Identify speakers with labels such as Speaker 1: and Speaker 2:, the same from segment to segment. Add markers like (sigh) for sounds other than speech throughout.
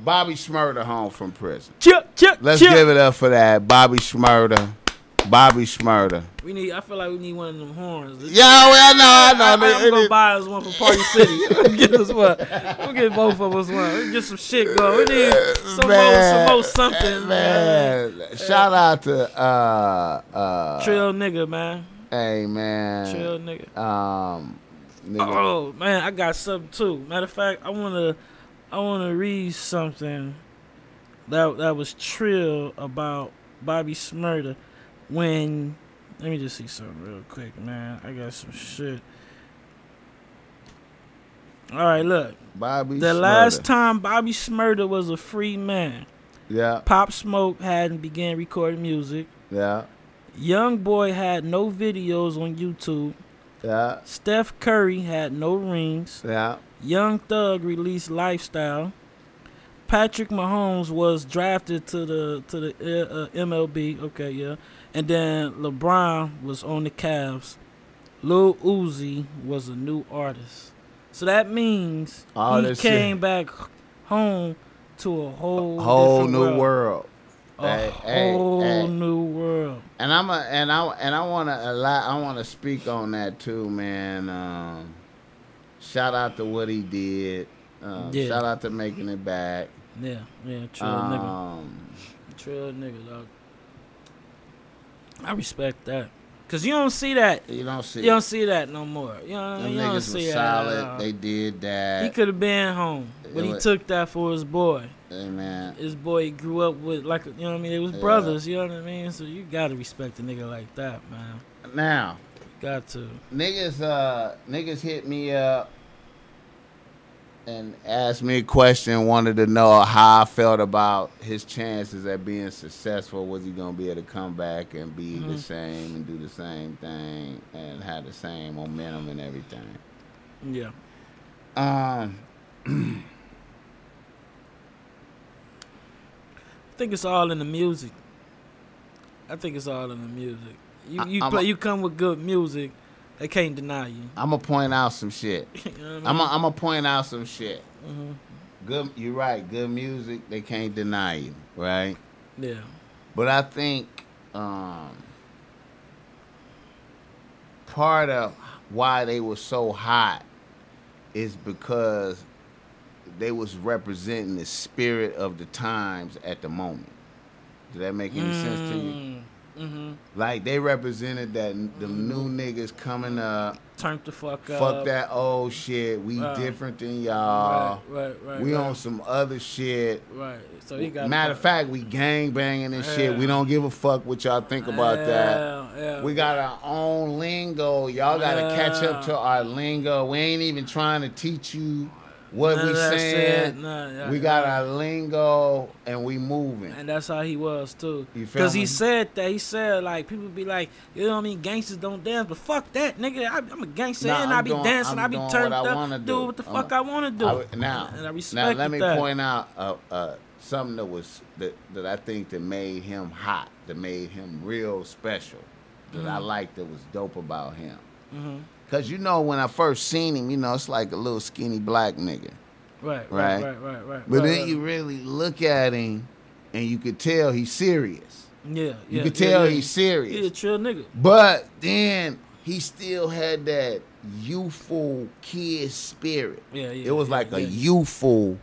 Speaker 1: Bobby Schmurda home from prison.
Speaker 2: Chip, chip,
Speaker 1: Let's
Speaker 2: chip.
Speaker 1: give it up for that, Bobby Schmurda. Bobby Schmurda.
Speaker 2: We need. I feel like we need one of them horns.
Speaker 1: Yeah, well, I know,
Speaker 2: I,
Speaker 1: I
Speaker 2: am
Speaker 1: know. It- it
Speaker 2: gonna
Speaker 1: is-
Speaker 2: buy us one for
Speaker 1: (laughs)
Speaker 2: Party City. Let's get us one. We'll get both of us one. Let's get some shit going. We need some more, some more something, man.
Speaker 1: man. Shout out to uh uh
Speaker 2: Trill nigga, man.
Speaker 1: Hey man.
Speaker 2: Trill nigga.
Speaker 1: Um nigga.
Speaker 2: Oh man, I got something too. Matter of fact, I wanna, I wanna read something that that was Trill about Bobby Smurda when. Let me just see something real quick, man. I got some shit. All right, look.
Speaker 1: Bobby
Speaker 2: The
Speaker 1: Schmurda.
Speaker 2: last time Bobby Smurda was a free man,
Speaker 1: Yeah,
Speaker 2: Pop Smoke hadn't began recording music.
Speaker 1: yeah,
Speaker 2: Young Boy had no videos on YouTube.
Speaker 1: yeah,
Speaker 2: Steph Curry had no rings.
Speaker 1: yeah.
Speaker 2: Young Thug released Lifestyle. Patrick Mahomes was drafted to the to the uh, uh, MLB. Okay, yeah. And then LeBron was on the Cavs. Lil Uzi was a new artist. So that means
Speaker 1: All
Speaker 2: he
Speaker 1: this
Speaker 2: came back home to a whole
Speaker 1: Whole
Speaker 2: different
Speaker 1: new world.
Speaker 2: A
Speaker 1: Hey, hey,
Speaker 2: whole
Speaker 1: hey.
Speaker 2: new world.
Speaker 1: And I'm a, and I and I want to allow I want to speak on that too, man. Um, shout out to what he did. Um,
Speaker 2: Yeah.
Speaker 1: Shout out to making it back.
Speaker 2: Yeah, yeah, true nigga.
Speaker 1: Um,
Speaker 2: Trail nigga, dog. I respect that. Cause you don't see that.
Speaker 1: you don't see.
Speaker 2: You don't see that no more. You know,
Speaker 1: them
Speaker 2: you
Speaker 1: niggas
Speaker 2: don't
Speaker 1: was
Speaker 2: see that.
Speaker 1: solid.
Speaker 2: at all.
Speaker 1: They did
Speaker 2: he
Speaker 1: that.
Speaker 2: could have been home, but he
Speaker 1: It wa-
Speaker 2: took that for his boy.
Speaker 1: Hey, man.
Speaker 2: His boy he grew up with, like, you know what I mean? They was
Speaker 1: Yeah.
Speaker 2: brothers, you know what I mean? So you gotta respect a nigga like that, man.
Speaker 1: Now,
Speaker 2: You got to.
Speaker 1: niggas, uh, niggas hit me up and asked me a question. Wanted to know how I felt about his chances at being successful. Was he gonna be able to come back and be the
Speaker 2: Mhm.
Speaker 1: same and do the same thing and have the same momentum and everything?
Speaker 2: Yeah.
Speaker 1: Um,
Speaker 2: I think it's all in the music. I think it's all in the music. You
Speaker 1: I-
Speaker 2: you
Speaker 1: I'm
Speaker 2: play,
Speaker 1: a-
Speaker 2: you come with good music, they can't deny you.
Speaker 1: I'm gonna point out some shit. (laughs)
Speaker 2: you know what
Speaker 1: I'm
Speaker 2: I
Speaker 1: gonna I'm gonna point out some shit.
Speaker 2: mean?
Speaker 1: Good, you're right. Good music, they can't deny you, right?
Speaker 2: hmm Yeah.
Speaker 1: But I think um, part of why they were so hot is because they was representing the spirit of the times at the moment. Did that make any sense to you?
Speaker 2: Mm-hmm.
Speaker 1: Like they represented that the new niggas coming up.
Speaker 2: Turn the fuck, Mm-hmm. up.
Speaker 1: Fuck that old shit. We
Speaker 2: Right.
Speaker 1: different than
Speaker 2: Right,
Speaker 1: y'all.
Speaker 2: right, right.
Speaker 1: We
Speaker 2: right,
Speaker 1: on some other shit.
Speaker 2: Right. So you got
Speaker 1: Matter of fact, we gang banging and shit. We
Speaker 2: Yeah.
Speaker 1: don't give a fuck what y'all think about that.
Speaker 2: Yeah, yeah.
Speaker 1: We got our own lingo. Y'all gotta catch up to
Speaker 2: Yeah.
Speaker 1: our lingo. We ain't even trying to teach you what
Speaker 2: None
Speaker 1: we
Speaker 2: of that shit,
Speaker 1: saying.
Speaker 2: none, yeah,
Speaker 1: we got
Speaker 2: yeah.
Speaker 1: our lingo and we moving.
Speaker 2: And that's how he was too.
Speaker 1: You feel
Speaker 2: Because
Speaker 1: me?
Speaker 2: he said that. He said, like, people be like, you know what I mean? Gangsters don't dance. But fuck that, nigga. I, I'm a gangster.
Speaker 1: Nah,
Speaker 2: and
Speaker 1: I'm
Speaker 2: I be
Speaker 1: doing- I'm
Speaker 2: dancing. i be
Speaker 1: doing what
Speaker 2: turned
Speaker 1: I
Speaker 2: up.
Speaker 1: wanna
Speaker 2: Do
Speaker 1: do.
Speaker 2: what the
Speaker 1: I'm
Speaker 2: fuck
Speaker 1: a-
Speaker 2: I want to do.
Speaker 1: I would- now,
Speaker 2: and I
Speaker 1: now
Speaker 2: respect
Speaker 1: let me
Speaker 2: that.
Speaker 1: point out uh, uh, something that was that, that I think that made him hot, that made him real special, that I
Speaker 2: Mm.
Speaker 1: liked, that was dope about him.
Speaker 2: Mhm.
Speaker 1: Cause you know when I first seen him, you know it's like a little skinny black nigga. Right.
Speaker 2: Right, right, right, right, right.
Speaker 1: But
Speaker 2: right,
Speaker 1: then
Speaker 2: right.
Speaker 1: you really look at him, and you could tell he's serious.
Speaker 2: yeah, yeah,
Speaker 1: You could
Speaker 2: yeah,
Speaker 1: tell
Speaker 2: yeah.
Speaker 1: he's serious.
Speaker 2: He a chill nigga.
Speaker 1: But then he still had that youthful kid spirit.
Speaker 2: Yeah, yeah.
Speaker 1: it was
Speaker 2: yeah,
Speaker 1: like a
Speaker 2: yeah.
Speaker 1: youthful.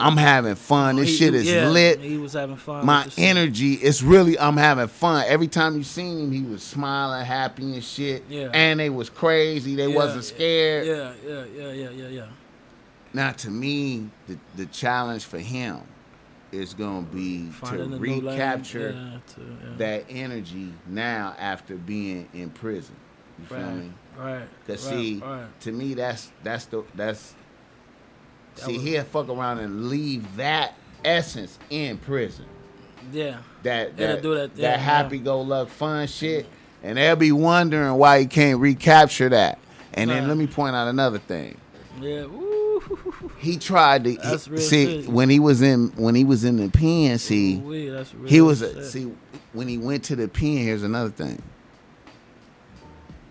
Speaker 1: I'm having fun. This
Speaker 2: He-
Speaker 1: shit is
Speaker 2: yeah,
Speaker 1: lit.
Speaker 2: He was having fun.
Speaker 1: My
Speaker 2: with the shit.
Speaker 1: energy is really. I'm having fun. Every time you seen him, he was smiling, happy and shit.
Speaker 2: Yeah.
Speaker 1: And they was crazy. They
Speaker 2: Yeah,
Speaker 1: wasn't scared.
Speaker 2: Yeah, yeah, yeah, yeah, yeah, yeah.
Speaker 1: Now, to me, the, the challenge for him is going to be
Speaker 2: Finding
Speaker 1: to
Speaker 2: a new lane,
Speaker 1: recapture
Speaker 2: yeah, to, yeah.
Speaker 1: that energy now after being in prison. You feel
Speaker 2: Right,
Speaker 1: me?
Speaker 2: right.
Speaker 1: Cause
Speaker 2: right,
Speaker 1: see,
Speaker 2: right.
Speaker 1: to me, that's that's the that's.
Speaker 2: That
Speaker 1: see,
Speaker 2: was-
Speaker 1: he'll fuck around and leave that essence in prison.
Speaker 2: yeah,
Speaker 1: That
Speaker 2: It'll
Speaker 1: that
Speaker 2: do
Speaker 1: that,
Speaker 2: that thing, yeah.
Speaker 1: happy-go-luck fun shit, and they'll be wondering why he can't recapture that. And then
Speaker 2: Right.
Speaker 1: let me point out another thing.
Speaker 2: yeah. Woo,
Speaker 1: he tried to he-
Speaker 2: That's real
Speaker 1: see
Speaker 2: shit.
Speaker 1: when he was in when he was in the pen. See,
Speaker 2: Wee, that's real
Speaker 1: he was a,
Speaker 2: shit.
Speaker 1: see when he went to the pen. Here's another thing.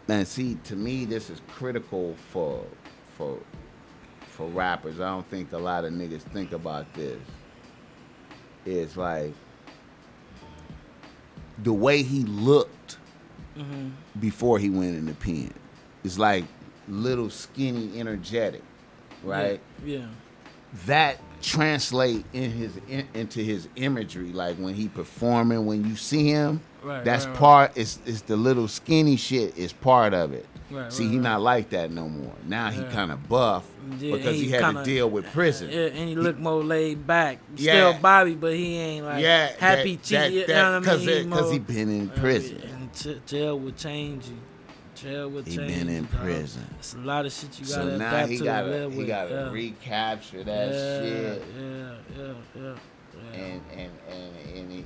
Speaker 1: Now, see, to me, this is critical for for for rappers. I don't think a lot of niggas think about this. It's like the way he looked
Speaker 2: Mm-hmm.
Speaker 1: before he went in the pen. It's like little skinny, energetic, right?
Speaker 2: Yeah.
Speaker 1: that translate in his in, into his imagery like when he performing when you see him
Speaker 2: Right,
Speaker 1: that's
Speaker 2: right, right.
Speaker 1: part it's, it's the little skinny shit is part of it
Speaker 2: Right,
Speaker 1: see
Speaker 2: right,
Speaker 1: he
Speaker 2: right.
Speaker 1: not like that no more now he
Speaker 2: Yeah.
Speaker 1: kind of buff
Speaker 2: Yeah,
Speaker 1: because
Speaker 2: he
Speaker 1: he, had
Speaker 2: kinda-
Speaker 1: to deal with prison
Speaker 2: Yeah, and he look more laid back.
Speaker 1: Yeah.
Speaker 2: Still Bobby, but he ain't like
Speaker 1: yeah
Speaker 2: happy
Speaker 1: that,
Speaker 2: cheating. You know what I mean? He
Speaker 1: because
Speaker 2: more-
Speaker 1: he been in
Speaker 2: Uh,
Speaker 1: prison
Speaker 2: and ch- jail will change you. Jail will
Speaker 1: He
Speaker 2: change
Speaker 1: been
Speaker 2: you,
Speaker 1: in
Speaker 2: dog.
Speaker 1: prison.
Speaker 2: It's a lot of shit you gotta
Speaker 1: so now
Speaker 2: adapt
Speaker 1: he
Speaker 2: to and
Speaker 1: gotta
Speaker 2: live
Speaker 1: he
Speaker 2: with.
Speaker 1: gotta
Speaker 2: yeah.
Speaker 1: recapture that
Speaker 2: yeah,
Speaker 1: shit
Speaker 2: Yeah, yeah, yeah. yeah.
Speaker 1: and and and, and, he, and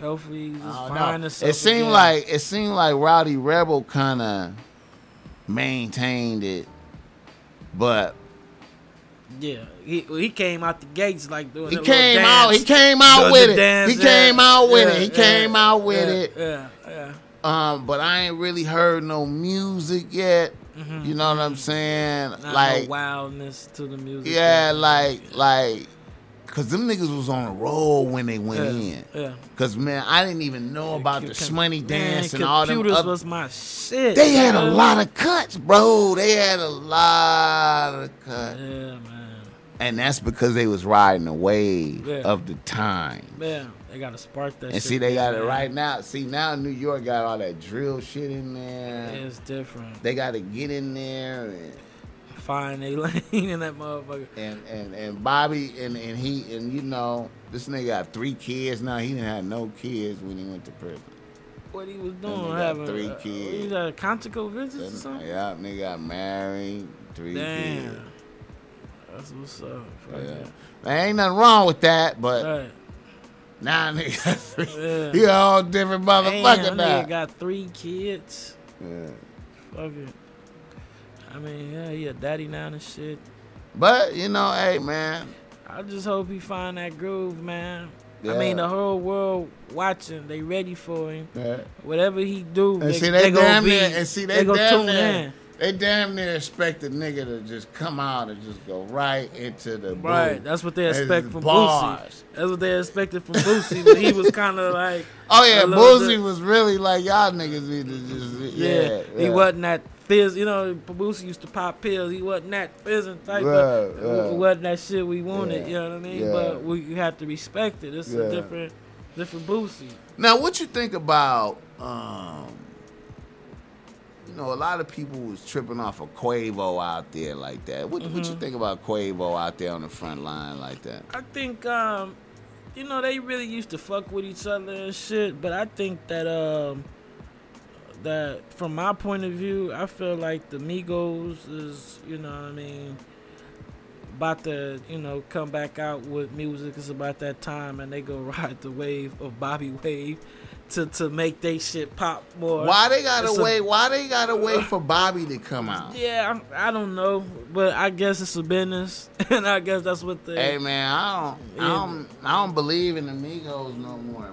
Speaker 2: Hopefully, he just
Speaker 1: I don't
Speaker 2: find
Speaker 1: know.
Speaker 2: himself
Speaker 1: Oh, It seemed
Speaker 2: again.
Speaker 1: like it seemed like Rowdy Rebel kind of maintained it, but
Speaker 2: yeah, he he came out the gates like doing
Speaker 1: he
Speaker 2: that little
Speaker 1: came
Speaker 2: dance.
Speaker 1: out. He came out
Speaker 2: the-
Speaker 1: with
Speaker 2: the
Speaker 1: it.
Speaker 2: dance,
Speaker 1: he
Speaker 2: yeah,
Speaker 1: came out with
Speaker 2: yeah,
Speaker 1: it. He
Speaker 2: yeah,
Speaker 1: came out with
Speaker 2: yeah,
Speaker 1: it.
Speaker 2: Yeah, yeah.
Speaker 1: Um, but I ain't really heard no music yet.
Speaker 2: Mhm.
Speaker 1: You know what I'm saying?
Speaker 2: Not
Speaker 1: like,
Speaker 2: no wildness to the music.
Speaker 1: yeah, like, like, cause them niggas was on a roll when they went
Speaker 2: yeah,
Speaker 1: in.
Speaker 2: yeah.
Speaker 1: Cause man, I didn't even know about the Shmoney dance
Speaker 2: Man,
Speaker 1: and all them
Speaker 2: Computers
Speaker 1: other
Speaker 2: was my shit.
Speaker 1: They had a
Speaker 2: man.
Speaker 1: lot of cuts, bro. They had a lot of
Speaker 2: Yeah,
Speaker 1: cuts.
Speaker 2: man.
Speaker 1: And that's because they was riding the wave
Speaker 2: Yeah.
Speaker 1: of the time.
Speaker 2: Man, they gotta spark that.
Speaker 1: And
Speaker 2: shit
Speaker 1: see, they got
Speaker 2: again,
Speaker 1: it
Speaker 2: man.
Speaker 1: right now. See, now New York got all that drill shit in there.
Speaker 2: It's different.
Speaker 1: They got to get in there. And,
Speaker 2: Find a (laughs) lane in that motherfucker.
Speaker 1: and, and, and Bobby, and, and he, and you know, this nigga got three kids now. He didn't have no kids when he went to prison.
Speaker 2: What he was
Speaker 1: And they
Speaker 2: doing,
Speaker 1: got
Speaker 2: having
Speaker 1: three
Speaker 2: uh,
Speaker 1: kids.
Speaker 2: He got a Contico visits or something.
Speaker 1: Yeah, nigga got married, three
Speaker 2: Damn,
Speaker 1: kids.
Speaker 2: that's what's up. Fuck
Speaker 1: Yeah.
Speaker 2: yeah.
Speaker 1: There ain't nothing wrong with that, but
Speaker 2: Right.
Speaker 1: Nah, nigga. (laughs)
Speaker 2: Yeah.
Speaker 1: you a whole different motherfucker
Speaker 2: Damn, that
Speaker 1: now.
Speaker 2: nigga got three kids.
Speaker 1: Yeah.
Speaker 2: Fuck it. I mean, yeah, he a daddy now and shit.
Speaker 1: But you know, hey man,
Speaker 2: I just hope he find that groove, man. I
Speaker 1: Yeah.
Speaker 2: mean, the whole world watching. They ready for him.
Speaker 1: yeah.
Speaker 2: Whatever he do,
Speaker 1: and
Speaker 2: they,
Speaker 1: see they,
Speaker 2: gonna
Speaker 1: damn
Speaker 2: be,
Speaker 1: near and see
Speaker 2: they
Speaker 1: they,
Speaker 2: gonna
Speaker 1: damn
Speaker 2: tune
Speaker 1: near
Speaker 2: in.
Speaker 1: they damn near expect a nigga to just come out and just go right into the
Speaker 2: Right,
Speaker 1: boom.
Speaker 2: that's what they
Speaker 1: That's
Speaker 2: expect from
Speaker 1: bars.
Speaker 2: Boosie. That's what they expected from Boosie. but he was kind of like,
Speaker 1: Oh yeah,
Speaker 2: a little
Speaker 1: Boosie
Speaker 2: bit-
Speaker 1: was really like y'all niggas need to just
Speaker 2: yeah,
Speaker 1: yeah.
Speaker 2: he
Speaker 1: yeah.
Speaker 2: wasn't that fizz. You know, Boosie used to pop pills. He wasn't that fizzing type.
Speaker 1: Right,
Speaker 2: of,
Speaker 1: right.
Speaker 2: It wasn't that shit we wanted.
Speaker 1: Yeah,
Speaker 2: You know what I mean?
Speaker 1: yeah.
Speaker 2: But we you have to respect it. It's
Speaker 1: Yeah.
Speaker 2: a different, different Boosie.
Speaker 1: Now, what you think about? Um, you know, a lot of people was tripping off of Quavo out there like that. What, what
Speaker 2: Mm-hmm.
Speaker 1: you think about Quavo out there on the front line like that?
Speaker 2: I think um, you know, they really used to fuck with each other and shit, but I think that um that from my point of view, I feel like the Migos is, you know what I mean, about to, you know, come back out with music. It's about that time and they go (laughs) ride the wave of Bobby Wave to to make they shit pop more.
Speaker 1: Why they gotta
Speaker 2: it's a- Uh,
Speaker 1: wait? Why they gotta wait for Bobby to come out?
Speaker 2: Yeah, I'm, I don't know, but I guess it's a business, (laughs) and I guess that's what the
Speaker 1: Hey man, I don't, I don't, I don't believe in the Migos no more.